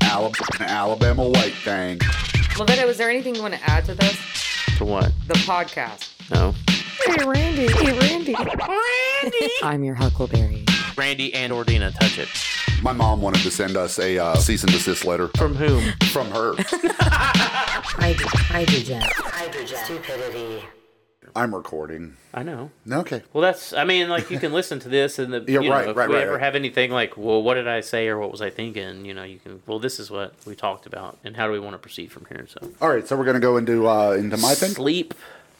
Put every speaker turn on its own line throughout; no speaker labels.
Alabama, Alabama white thing.
Lavetta, is there anything you want to add to this?
To what?
The podcast.
No.
Hey, Randy. Hey, Randy.
Randy!
I'm your Huckleberry.
Randy and Ordina touch it.
My mom wanted to send us a uh, cease and desist letter
From whom?
from her.
Hydrogen. Hydrogen. Stupidity.
I'm recording.
I know.
Okay.
Well, that's. I mean, like you can listen to this and the.
Yeah,
you know,
right,
If
right,
we
right,
ever
right.
have anything like, well, what did I say or what was I thinking? You know, you can. Well, this is what we talked about, and how do we want to proceed from here? So.
All right, so we're gonna go into uh, into my thing.
Sleep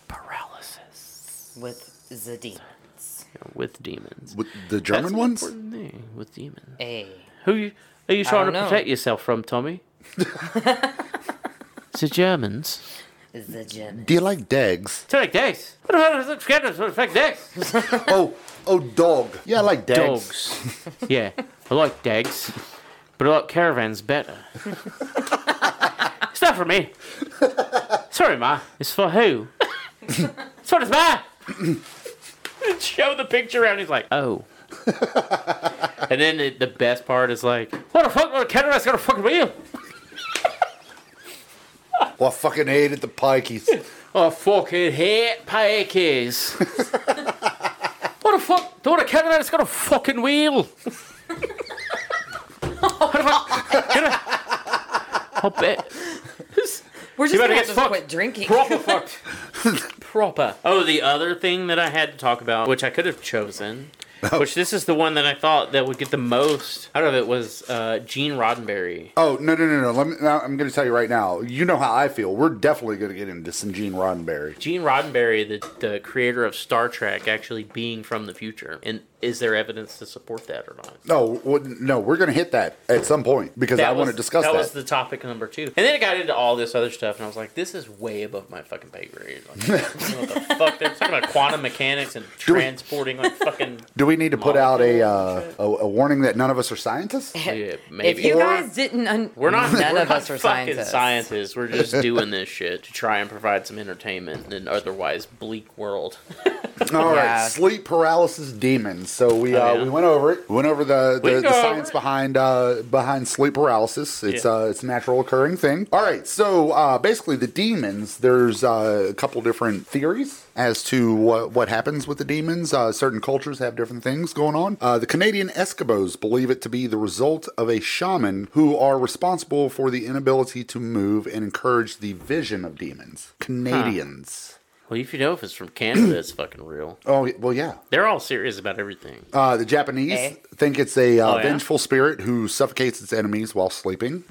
paralysis
With the D.
you know, with demons.
With the
That's
German
an
ones.
important thing, with demons.
A.
Who you, are you trying
don't
to
know.
protect yourself from, Tommy? it's the Germans.
The German.
Do you like dags?
Take this. What the hell is it? Forget it. Take this.
oh, oh, dog. Yeah, I like dags.
Dogs. yeah, I like dags, but I like caravans better. it's not for me. Sorry, ma. It's for who? it's for his ma. And Show the picture around. He's like, oh. and then it, the best part is like, what the fuck? What caravan's gonna fucking wheel?
Well, Oh, I fucking hated the pikeys.
I fucking hate pikes. what the fuck? Don't a caravan that's got a fucking wheel. What if I, you know, I'll bet.
We're
You
just
better
going to
get
have to
fucked.
quit drinking.
Proper fucked. Proper. Oh, the other thing that I had to talk about, which I could have chosen, which this is the one that I thought that would get the most out of it, was uh, Gene Roddenberry.
Oh no no no no! Let me. Now, I'm gonna tell you right now. You know how I feel. We're definitely gonna get into some Gene Roddenberry.
Gene Roddenberry, the, the creator of Star Trek, actually being from the future. And is there evidence to support that or not?
No, w- no, we're gonna hit that at some point because I want to
was-
discuss
that.
that.
was the topic number two. And then it got into all this other stuff, and I was like, this is way above my fucking pay grade. Like, I don't know what the fuck? They're talking about quantum mechanics and
we-
transporting, like, fucking.
Do we need to put out a,
Molecule
uh, a a warning that none of us are scientists?
Yeah,
If
maybe.
you
Or-
guys didn't. Un-
we're not,
None
we're
of
not
us are
fucking
scientists.
scientists. We're just doing this shit to try and provide some entertainment in an otherwise bleak world.
All right,
Yeah.
sleep paralysis demons. So we uh,
Oh, yeah.
we went over it. We went over the,
We
the,
go
the science
over it.
behind uh, behind sleep paralysis. It's
Yeah.
uh, it's a natural occurring thing. All right, so uh, basically the demons. There's uh, a couple different theories as to what what happens with the demons. Uh, certain cultures have different things going on. Uh, the Canadian Eskimos believe it to be the result of a shaman who are responsible for the inability to move and encourage the vision of demons. Canadians.
well, if you know if it's from Canada, it's fucking real.
Oh well, yeah.
They're all serious about everything.
Uh, the Japanese
Eh?
think it's a uh,
yeah?
vengeful spirit who suffocates its enemies while sleeping.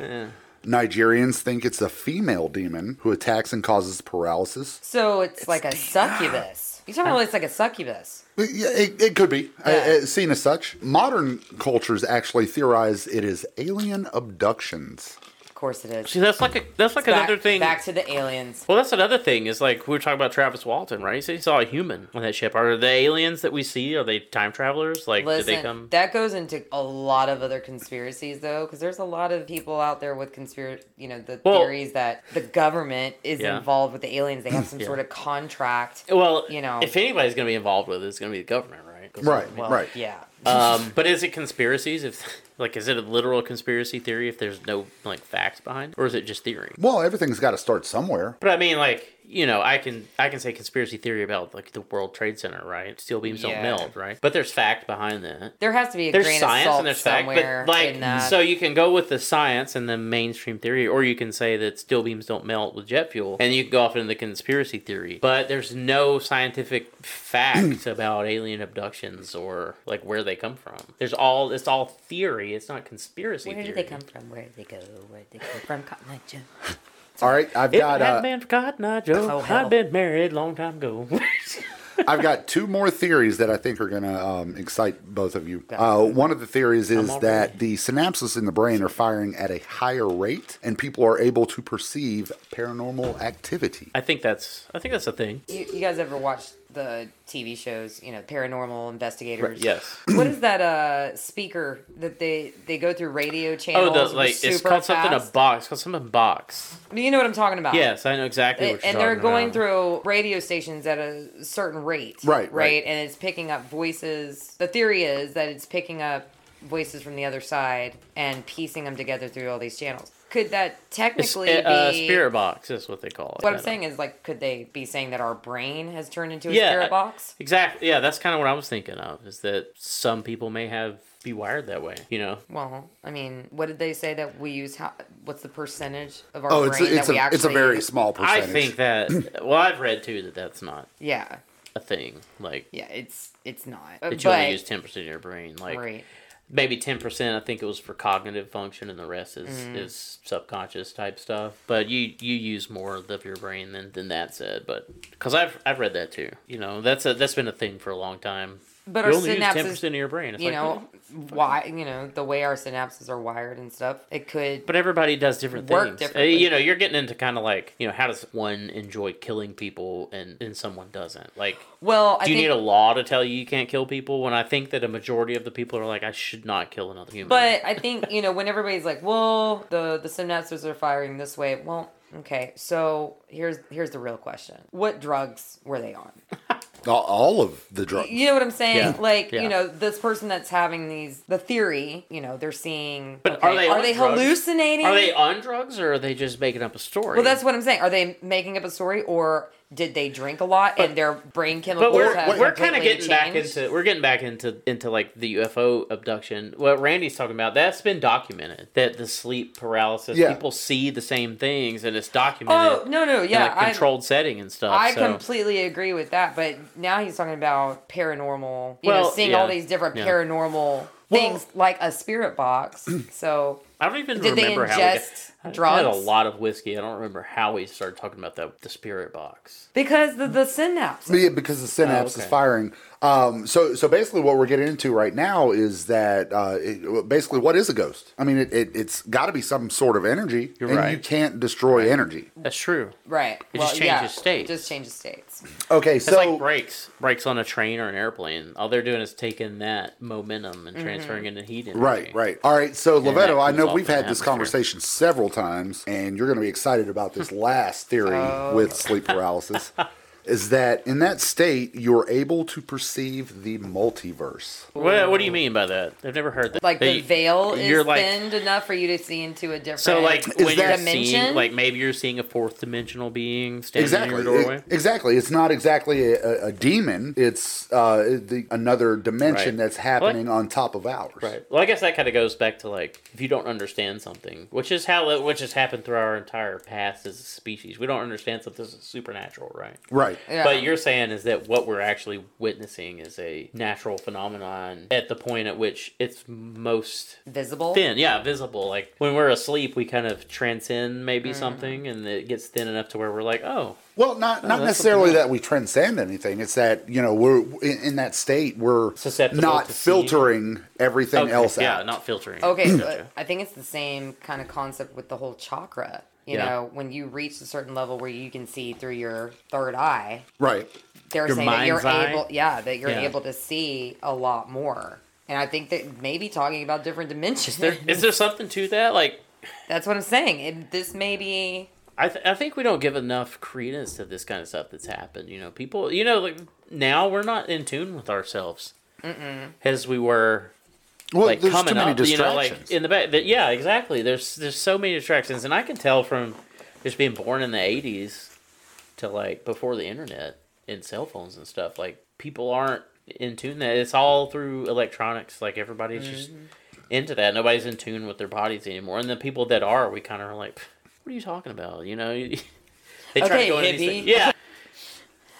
Nigerians think it's a female demon who attacks and causes paralysis.
so it's, like a succubus. You talking about it's like a succubus?
Uh, yeah, It, it could be uh,
Yeah.
uh, seen as such. Modern cultures actually theorize it is alien abductions.
Of course it is.
See, that's like a that's like
back,
another thing.
back to the aliens.
Well, that's another thing is like we were talking about Travis Walton, right? He said he saw a human on that ship. Are the aliens that we see? Are they time travelers? Like, did they
Listen,
come?
that goes into a lot of other conspiracies, though, because there's a lot of people out there with conspiracy, you know, the
Well-
theories that the government is
Yeah.
involved with the aliens. They have some sort of contract.
well,
you know.
if anybody's going to be involved with it, it's going to be the government, right? 'Cause-
Right,
Well,
right.
Yeah.
Um, but is it conspiracies? If like, is it a literal conspiracy theory? If there's no like facts behind, or is it just theory?
Well, everything's got to start somewhere.
But I mean, like you know, I can I can say conspiracy theory about like the World Trade Center, right? Steel beams
Yeah.
don't melt, right? But there's fact behind that.
There has to be a
there's
grain
science
of salt
and there's fact,
somewhere
but like
in that.
so you can go with the science and the mainstream theory, or you can say that steel beams don't melt with jet fuel, and you can go off into the conspiracy theory. But there's no scientific fact about alien abductions or like where they come from. There's all it's all theory. It's not conspiracy.
Where
theory.
do they come from? Where do they go? Where do they come from? Cotton Eye Joe.
All right, I've
If
got
it had
uh,
been for Cotton Eye Joe,
Oh, hell.
I'd been married a long time ago.
I've got two more theories that I think are going to um, excite both of you. Uh, one of the theories is
already-
that the synapses in the brain are firing at a higher rate, and people are able to perceive paranormal activity.
I think that's I think that's a thing.
You, you guys ever watch the TV shows, you know, paranormal investigators?
Yes.
What is that uh speaker that they they go through radio
Oh,
channels?
the like it's
super
called something a
fast?
box. It's called something box.
You know what I'm talking about?
Yes, I know exactly
It-
what you're
and they're
talking
going through
about.
radio stations at a certain rate.
Right, right.
And it's picking up voices. The theory is that it's picking up voices from the other side and piecing them together through all these channels. Could that
It's,
technically
uh,
be
spirit box is what they call it.
What I'm
kinda.
saying is like, could they be saying that our brain has turned into a
Yeah,
spirit box?
Exactly. Yeah, that's kind of what I was thinking of. Is that some people may have be wired that way. You know.
Well, I mean, what did they say that we use? How, what's the percentage of our
Oh, it's
brain
it's
that
a
we actually?
it's a very small percentage.
I think that. Well, I've read too that that's not
Yeah,
a thing. Like
yeah. It's it's not.
that
But
you only use ten percent of your brain. Like
right.
maybe ten percent. I think it was for cognitive function, and the rest is
Mm.
is subconscious type stuff. But you you use more of your brain than than that said. But because I've I've read that too. You know, that's a that's been a thing for a long time.
But
you
our
only use ten
synapses,
percent of your brain. It's
you
like,
know, why? You know, the way our synapses are wired and stuff. It could.
But everybody does different
Work
things. Uh,
differently.
you know, you're getting into kind of like, you know, how does one enjoy killing people and, and someone doesn't? Like,
Well, I
do you
think,
need a law to tell you you can't kill people when I think that a majority of the people are like, I should not kill another human?
But I think you know when everybody's like, "Well, the the synapses are firing this way." Well, okay. So here's here's the real question: What drugs were they on?
all, all of the drugs.
You know what I'm saying?
Yeah.
Like
Yeah.
you know this person that's having these the theory. You know they're seeing.
But
okay,
are they on drugs?
hallucinating?
are they on drugs or are they just making up a story?
Well, that's what I'm saying. Are they making up a story or? Did they drink a lot and their brain chemicals
But we're,
have
we're kind
completely
of getting back
changed?
into we're getting back into into like the UFO abduction. What Randy's talking about that's been documented that the sleep paralysis
Yeah.
people see the same things and it's documented.
Oh no no
in
yeah
a
I-
controlled setting and stuff.
I
so.
completely agree with that, but now he's talking about paranormal. You know,
Well,
seeing all
yeah,
these different
yeah.
paranormal things like a spirit box. so
I don't even
Did they
remember how
ingest
we got, I had a
drugs?
lot of whiskey. I don't remember how we started talking about that the spirit box.
because the the synapse.
Yeah, because the synapse
Oh, okay.
is firing. Um, so, so basically, what we're getting into right now is that uh, it, basically, what is a ghost? I mean, it, it, it's got to be some sort of energy,
You're
and
right.
you can't destroy energy.
That's true.
Right.
It just changes states.
Just changes states.
Okay,
It's
so
like brakes, brakes on a train or an airplane. All they're doing is taking that momentum
Mm-hmm.
and transferring it into heat. Energy.
right, right, all right. So,
that
Levetto, I
comes
know
off
we've
in
had
the
this
atmosphere.
conversation several times, and you're going to be excited about this last theory
Oh.
with sleep paralysis. is that in that state you're able to perceive the multiverse?
What, what do you mean by that? I've never heard that.
Like
That
the
you-
veil
you're
is
like-
thinned enough for you to see into a different
So like when
that-
you're
dimension?
seeing, like maybe you're seeing a fourth dimensional being standing
exactly
in your doorway.
It- exactly it's not exactly a, a, a demon it's uh, the, another dimension
Right.
that's happening on top of ours
Right. Well, I guess that kind of goes back to like if you don't understand something, which is how it- which has happened through our entire past as a species. We don't understand something that's supernatural, right?
right
Yeah.
But you're saying is that what we're actually witnessing is a natural phenomenon at the point at which it's most
visible.
thin, yeah, visible. Like when we're asleep, we kind of transcend maybe
Mm-hmm.
something, and it gets thin enough to where we're like, oh,
well not not
something
necessarily
else.
that we transcend anything it's that you know we're in, in that state we're
Susceptible
not
to see.
filtering everything
okay,
else
yeah,
out
not filtering.
Okay, but
Gotcha.
I think it's the same kind of concept with the whole chakra. You
Yeah.
know, when you reach a certain level where you can see through your third eye,
right
they're
Your
saying that you're
mind's eye?
able yeah that you're
Yeah.
able to see a lot more and i think that maybe talking about different dimensions
Is there something to that? Like
that's what i'm saying it, this may be
I, th- I think we don't give enough credence to this kind of stuff that's happened. You know, people, you know, like now we're not in tune with ourselves as we were
well
like
Oh, there's
coming
too many
up. You
distractions
know, like in the back. But yeah, exactly. There's there's so many distractions, and I can tell from just being born in the '80s to like before the internet and cell phones and stuff. Like people aren't in tune. That it's all through electronics. Like everybody's just into that. Nobody's in tune with their bodies anymore. And the people that are, we kind of are like, what are you talking about? You know. They try
Okay,
to go into these
hippie.
things- Yeah.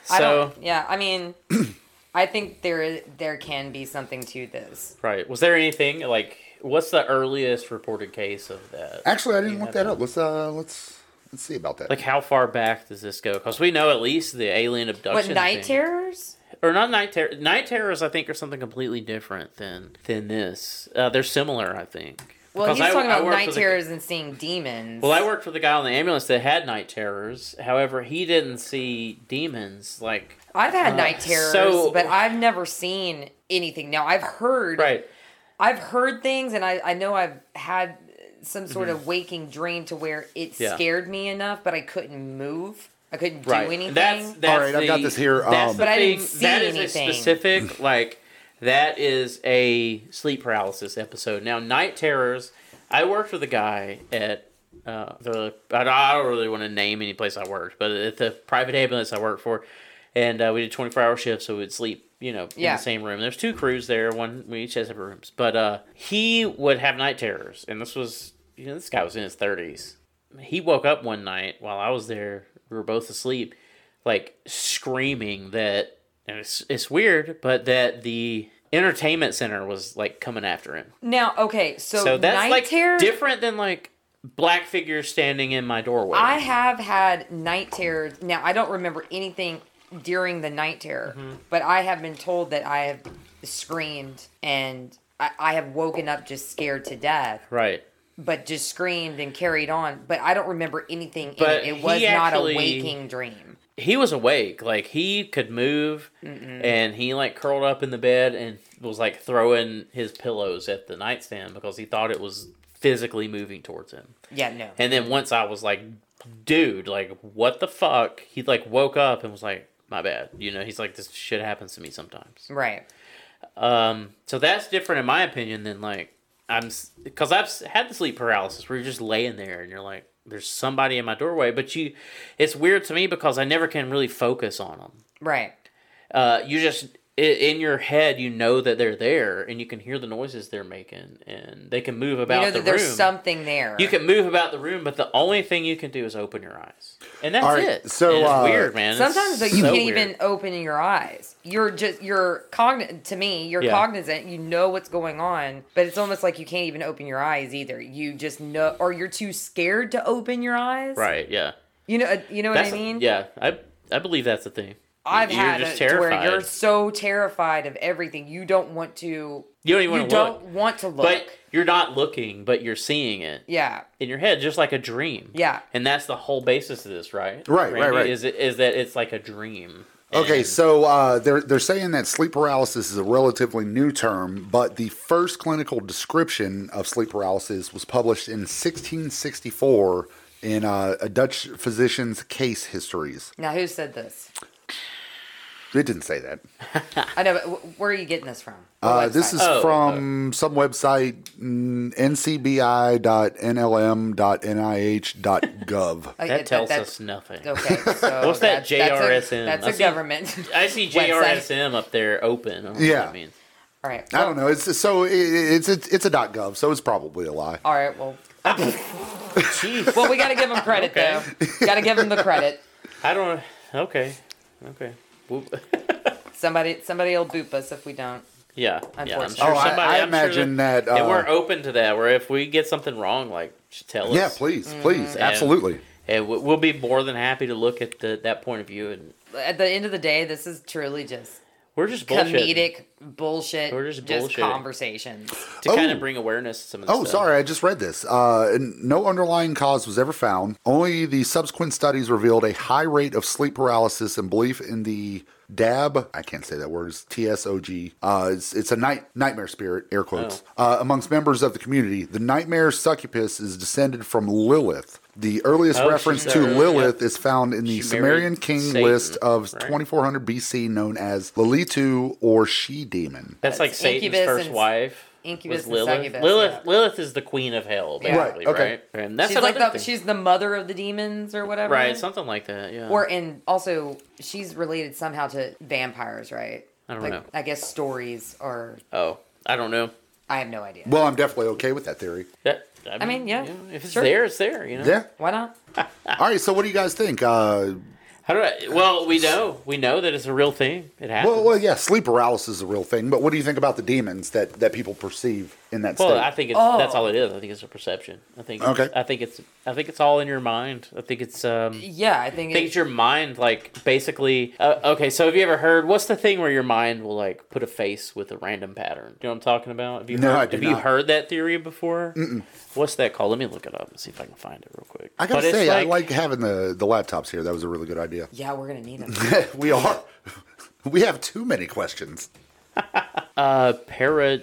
i
So
don't yeah i mean i think there is there can be something to this
right, was there anything like? What's the earliest reported case of that?
actually i didn't
You
look
have
that
that.
up let's uh let's let's see about that
Like how far back does this go? Because we know at least the alien abduction.
what night
thing-
terrors
or not night terror? Night terrors, I think, are something completely different than than this. Uh, they're similar, I think.
well
Because
he's talking about
worked
night
with a-
terrors and seeing demons
well, I worked for the guy on the ambulance that had night terrors. However, he didn't see demons. Like
i've had
Uh,
night terrors
so-
but i've never seen anything now i've heard
right,
I've heard things and I, I know I've had some sort of waking dream to where it
Mm-hmm. Yeah.
scared me enough, but I couldn't move. I couldn't
right.
do anything.
That's, that's
All right, I've got
the-
this here,
That's
um,
the
But I didn't
thing-
see
that is
anything.
a specific like. That is a sleep paralysis episode. Now, night terrors. I worked with a guy at uh, the. I don't- I don't really want to name any place I worked, but at the private ambulance I worked for, and uh, we did twenty four hour shifts, so we'd sleep. You know, in
Yeah.
the same room. There's two crews there. One we each has separate rooms, but uh, he would have night terrors, and this was you know this guy was in his thirties. He woke up one night while I was there. We were both asleep like screaming that and it's it's weird, but that the entertainment center was like coming after him.
Now, okay, so,
So that's
night
like
terror.
different than like black figures standing in my doorway.
I have had night terrors. Now, I don't remember anything during the night terror,
Mm-hmm.
but I have been told that I have screamed and I, I have woken up just scared to death,
right.
but just screamed and carried on. But I don't remember anything.
But
in it.
he
it was not
actually-
a waking dream.
He was awake, like he could move, and he like curled up in the bed and was like throwing his pillows at the nightstand because he thought it was physically moving towards him.
Yeah, no.
And then once I was like, dude, like, what the fuck? He like woke up and was like, my bad. You know, he's like, this shit happens to me sometimes.
right.
Um, so that's different in my opinion than like, I'm, because I've s- had the sleep paralysis where you're just laying there and you're like, there's somebody in my doorway. But you, it's weird to me because I never can really focus on them.
Right.
Uh, you just, i- in your head, you know that they're there and you can hear the noises they're making and they can move
You
about
know
the
that there's
room.
something there.
You can move about the room, but the only thing you can do is open your eyes, and that's
All right,
it.
so,
And it's
uh,
weird, man. It's
Sometimes though, you
so
can't
weird.
even open your eyes. You're just you're cognizant. To me, you're
Yeah.
cognizant. You know what's going on, but it's almost like you can't even open your eyes either. You just know, or you're too scared to open your eyes.
Right? Yeah.
You know. You know what
That's
I mean?
yeah. I I believe that's the thing.
I've
you're
had
just
it to
terrified.
where you're so terrified of everything you don't want to.
You don't even
You
want to look,
don't want to look.
but you're not looking, but you're seeing it
yeah.
in your head, just like a dream.
Yeah.
And that's the whole basis of this, right?
Right, right,
Randy,
right.
Is it is that it's like a dream?
Okay,
And-
so uh, they're they're saying that sleep paralysis is a relatively new term, but the first clinical description of sleep paralysis was published in 1664 in uh, a Dutch physician's case histories.
Now, who said this?
It didn't say that.
I know. But wh- where are you getting this from? What
Uh, this
website?
is
Oh,
from some website mm, ncbi.nlm.nih.gov.
Uh,
that
it-
tells
that's-
us nothing.
Okay. So
What's that
that's-
JRSN?
That's a,
I
that's
see-
a government.
I see JRSM up there open. I don't know what
Yeah.
that means.
All right.
I don't know. It's so it, it's it's it's a .gov, so it's probably a lie.
All right. Well,
Jeez.
well, we got to give him credit
Okay.
though. Got to give him the credit.
I don't. Okay. Okay. Whoop.
Somebody, somebody will boop us if we don't.
Yeah, yeah. I'm
Unfortunately.
sure
Oh, I-
somebody.
I
I'm sure
imagine
that,
that,
and we're
uh,
open to that. Where if we get something wrong, like just tell us.
Yeah, please, please, absolutely.
And we- we'll be more than happy to look at the, that point of view, and
At the end of the day, this is truly just
we're just bullshit
comedic bullshit.
We're just bullshitting.
conversations.
to kind
Oh.
of bring awareness to some of this
Oh,
stuff.
sorry, I just read this. Uh, n- no underlying cause was ever found. Only the subsequent studies revealed a high rate of sleep paralysis and belief in the DAB. I can't say that word. It's T S O G. Uh, it's, it's a night nightmare spirit, air quotes,
Oh.
uh, amongst members of the community. The nightmare succubus is descended from Lilith. The earliest
Oh,
reference
she's
to
a-
Lilith
yeah.
is found in the
She
Sumerian
married
king
Satan,
list of
right?
2400 BC, known as Lilitu or She Demon.
That's like
That's
Satan's
incubus
first
and-
wife.
incubus
was
and
Lilith.
succubus,
Lilith,
yeah.
Lilith is the queen of hell,
Yeah. Right,
basically, right?
okay.
And that's
she's like
another
the
thing.
she's the mother of the demons or whatever.
right, something like that. Yeah.
Or and also she's related somehow to vampires, right?
I don't
like,
know.
I guess stories are.
oh, I don't know.
I have no idea.
Well, I'm definitely okay with that theory.
That
I mean, yeah,
you know, if it's
sure.
there, it's there. You know.
Yeah.
Why not?
All right. So, what do you guys think? Uh,
How do I? Well, we know. We know that it's a real thing. It happens.
Well, well, yeah, sleep paralysis is a real thing, but what do you think about the demons that, that people perceive in that state?
Well, I think it's,
Oh.
that's all it is. I think it's a perception. I think.
Okay.
I think it's. I think it's all in your mind. I think it's. Um, I
Yeah, I think
think it's
it's
your mind, like basically. Uh, okay, so have you ever heard? What's the thing where your mind will like put a face with a random pattern? Do you know what I'm talking about? Have you
No,
heard,
I do
Have you
not.
heard that theory before? What's that called? Let me look it up and see if I can find it real quick.
I gotta
But it's
say, I like having the, the laptops here. That was a really good idea.
yeah. We're gonna need them.
we are. We have too many questions.
uh, para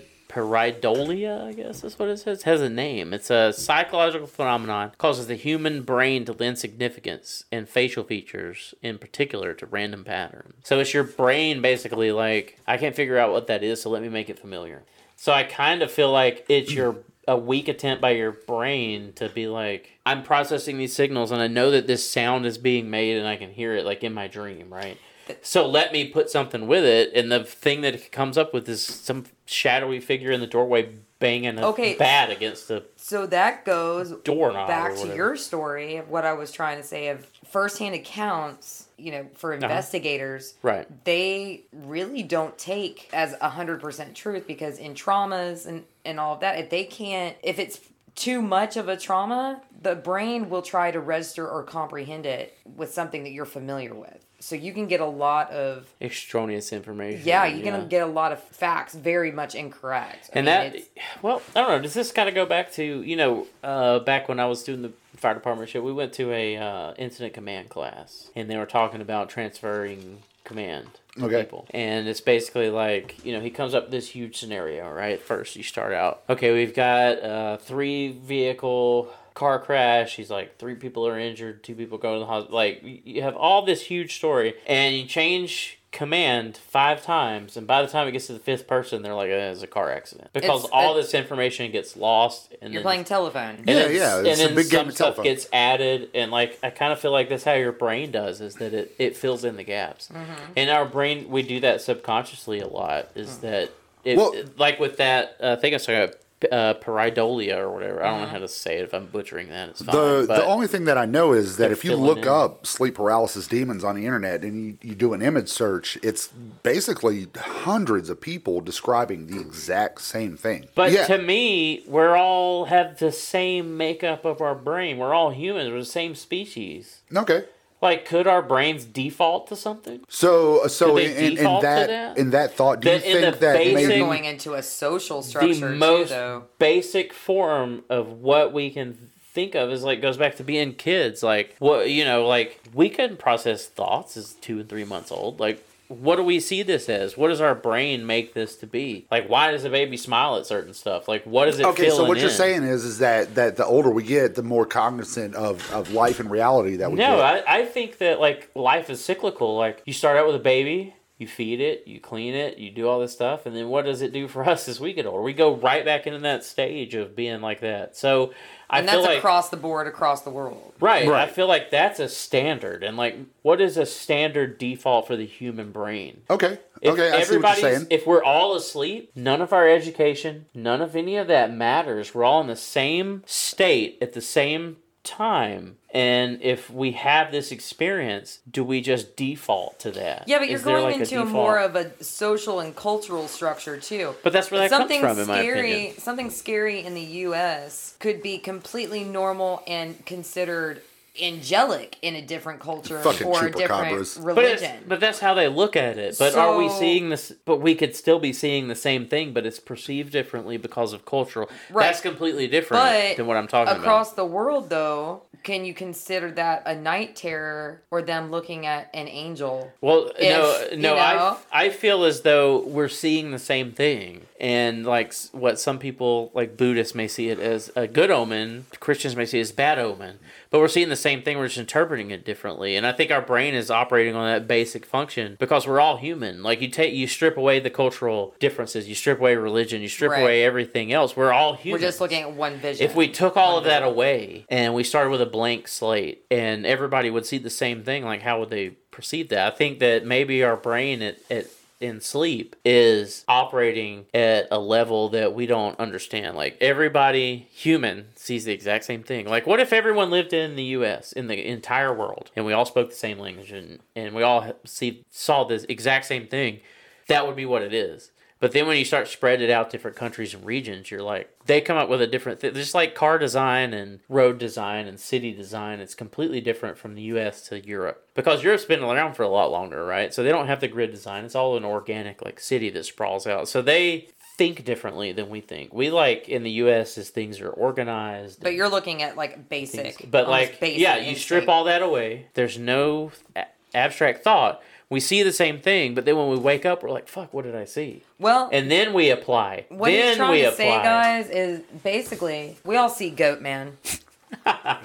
pareidolia, I guess is what it says. It has a name. It's a psychological phenomenon causes the human brain to lend significance and facial features in particular to random patterns. So it's your brain basically like, I can't figure out what that is, so let me make it familiar. So I kind of feel like it's your a weak attempt by your brain to be like, I'm processing these signals and I know that this sound is being made and I can hear it like in my dream, right? So let me put something with it, and the thing that it comes up with is some shadowy figure in the doorway banging a
Okay.
bat against the
So that goes
doorknob. or
back to
whatever.
your story of what I was trying to say of firsthand accounts, you know, for investigators.
Uh-huh. right.
They really don't take as a hundred percent truth because in traumas and and all of that, if they can't, if it's too much of a trauma, the brain will try to register or comprehend it with something that you're familiar with. So you can get a lot of
Extraneous information.
yeah, you're gonna get a lot of facts very much incorrect. I
and
mean,
that
it's-
well i don't know does this kind of go back to you know uh, back when i was doing the fire department shit we went to a uh, incident command class and they were talking about transferring command to
Okay.
people and it's basically like you know he comes up with this huge scenario right first you start out okay we've got uh, three vehicle car crash he's like three people are injured two people go to the hospital like y- you have all this huge story and you change command five times and by the time it gets to the fifth person they're like eh, it's a car accident because
It's-
all
it's-
this information gets lost and
you're
then-
playing telephone.
and
Yeah,
then-
yeah, it's a
and then
big game
some
of
stuff
telephone.
gets added, and like I kind of feel like that's how your brain does is that it, it fills in the gaps.
Mm-hmm.
And our brain, we do that subconsciously a lot. Is
Mm.
that it,
Well-
like with that? Uh, I think I saw uh, pareidolia or whatever. I don't know
Mm-hmm.
how to say it. If I'm butchering that, it's fine.
The
but
the only thing that I know is that
They're
if you
filling
look
in.
up sleep paralysis demons on the internet and you, you do an image search, it's basically hundreds of people describing the exact same thing.
But
yeah,
to me, we're all have the same makeup of our brain. We're all humans. We're the same species.
okay.
Like, could our brains default to something?
So so
Did
in,
they
in, in
default to
that,
that?
in that thought, do
That
you
in
think
the
that
basic-
You're
maybe
going into a social structure
the most
too, though.
basic form of what we can think of is like goes back to being kids. Like what you know, like we couldn't process thoughts as two and three months old. Like what do we see this as? What does our brain make this to be? Like why does a baby smile at certain stuff? Like what is it?
okay so
filling
what you're
in?
saying is is that that the older we get the more cognizant of of life and reality that we
No,
get
I, I think that like life is cyclical. Like you start out with a baby, you feed it, you clean it, you do all this stuff, and then what does it do for us as we get older? We go right back into that stage of being like that. So I
and
feel
that's
like
across the board, across the world.
right, I
Right.
feel like that's a standard, and like what is a standard default for the human brain?
okay
If
okay i see what you're
everybody's-
saying
If we're all asleep, none of our education, none of any of that matters. We're all in the same state at the same time. And if we have this experience, do we just default to that?
Yeah, but you're
Is there,
going
like, a
into a,
default?
more of a social and cultural structure too.
But that's where that comes
something
from, in my
scary,
opinion.
something scary in the U.S. could be completely normal and considered angelic in a different culture
Fucking
or a different
chupacabras.
But, it's,
religion.
but that's how they look at it. But are we
So-
seeing this? But we could still be seeing the same thing, but it's perceived differently because of cultural.
Right.
That's completely different
But
than what I'm talking about.
across the world, though, can you consider that a night terror or them looking at an angel?
Well,
If,
no,
you
no,
know.
I I feel as though we're seeing the same thing, and like s- what some people like Buddhists may see it as a good omen, Christians may see it as bad omen, but we're seeing the same thing. We're just interpreting it differently, and I think our brain is operating on that basic function because we're all human. Like you take you strip away the cultural differences, you strip away religion, you strip
Right.
away everything else. We're all
We're
human.
just looking at one vision.
If we took all of that away and we started with a blank slate and everybody would see the same thing, like how would they perceive that? I think that maybe our brain at, at in sleep is operating at a level that we don't understand. Like everybody human sees the exact same thing. Like what if everyone lived in the US, in the entire world, and we all spoke the same language and, and we all see saw this exact same thing? that would be what it is. But then when you start spreading it out different countries and regions, you're like they come up with a different thing. Just like car design and road design and city design, it's completely different from the U.S. to Europe because Europe's been around for a lot longer, right? So they don't have the grid design. It's all an organic like city that sprawls out. So they think differently than we think. We like in the U.S. is things are organized.
but you're looking at like basic,
But
almost
like,
basic
yeah, you strip
instinct.
all that away. There's no a- abstract thought. We see the same thing, but then when we wake up, we're like, "Fuck, what did I see?"
Well,
And then we apply.
what he's
then
trying
we
to
apply.
say, guys, is basically we all see Goat Man.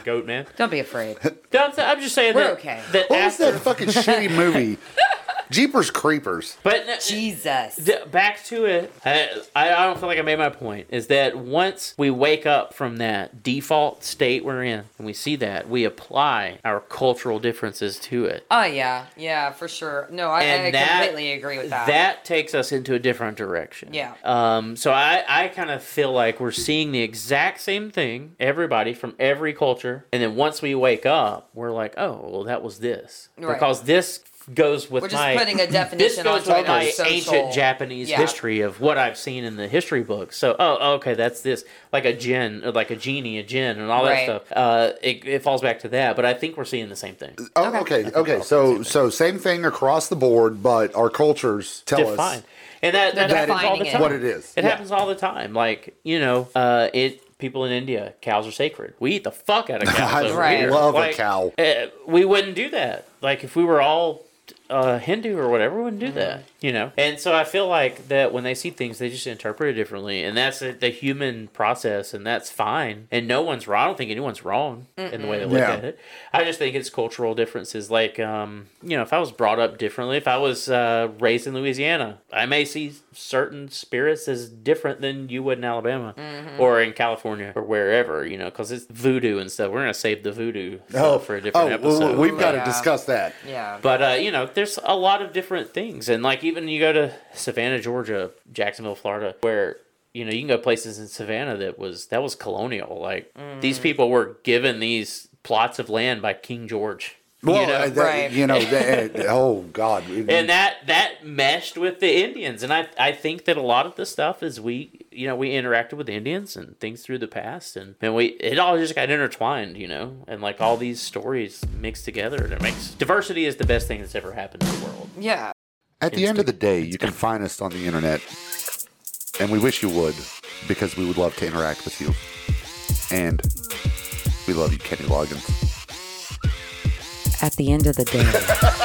Goat man.
Don't be afraid.
No, I'm, I'm just saying
We're
that.
okay.
That
What was
after,
that fucking shitty movie? Jeepers Creepers.
But no-
Jesus.
Th- back to it. I, I I don't feel like I made my point. Is that once we wake up from that default state we're in and we see that, we apply our cultural differences to it.
Oh yeah, yeah, for sure. No, I, I
And that-
completely agree with that.
That takes us into a different direction.
Yeah.
Um, so I, I kind of feel like we're seeing the exact same thing, everybody from every culture. And then once we wake up, we're like, oh, well, that was this.
Right.
Because this goes with
We're just
my.
putting a
this
definition
goes
onto it
with
on
my
social-
ancient Japanese
Yeah.
history of what I've seen in the history books. So, oh, okay, that's this, like a gin, or like a genie, a gin, and all that
Right.
stuff. Uh, it, it falls back to that, but I think we're seeing the same thing.
Oh, okay, okay. So, so same thing across the board, but our cultures tell
Define, and that, that
They're
happens all
defining
the
it.
us
time.
what it is.
It
Yeah.
happens all the time. Like you know, uh, it people in India, cows are sacred. We eat the fuck out of cows.
I
over
Right.
here.
love a
Like,
cow.
eh, we wouldn't do that. Like if we were all uh, Hindu or whatever, we wouldn't do that. You know. And so I feel like that when they see things, they just interpret it differently, and that's the the human process, and that's fine. And no one's wrong. I don't think anyone's wrong in the way they look
Yeah.
at it. I just think it's cultural differences. Like, um, you know, if I was brought up differently, if I was uh, raised in Louisiana, I may see certain spirits as different than you would in Alabama or in California or wherever, you know, because it's voodoo and stuff. We're going to save the voodoo
Oh,
stuff for a different
oh, well,
episode.
we've got to
Yeah.
discuss that.
yeah.
but uh, you know, there's a lot of different things, and like even you go to Savannah, Georgia, Jacksonville, Florida, where you know you can go places in Savannah that was that was colonial. Like these people were given these plots of land by King George.
Well,
you know?
uh, that-
Right.
you know that, oh God.
and that that meshed with the Indians, and I I think that a lot of the stuff is we you know we interacted with Indians and things through the past, and and we it all just got intertwined, you know, and like all these stories mixed together, and it makes diversity is the best thing that's ever happened to the world.
Yeah.
At the end of the day, you can find us on the internet, and we wish you would, because we would love to interact with you. And we love you, Kenny Loggins.
At the end of the day.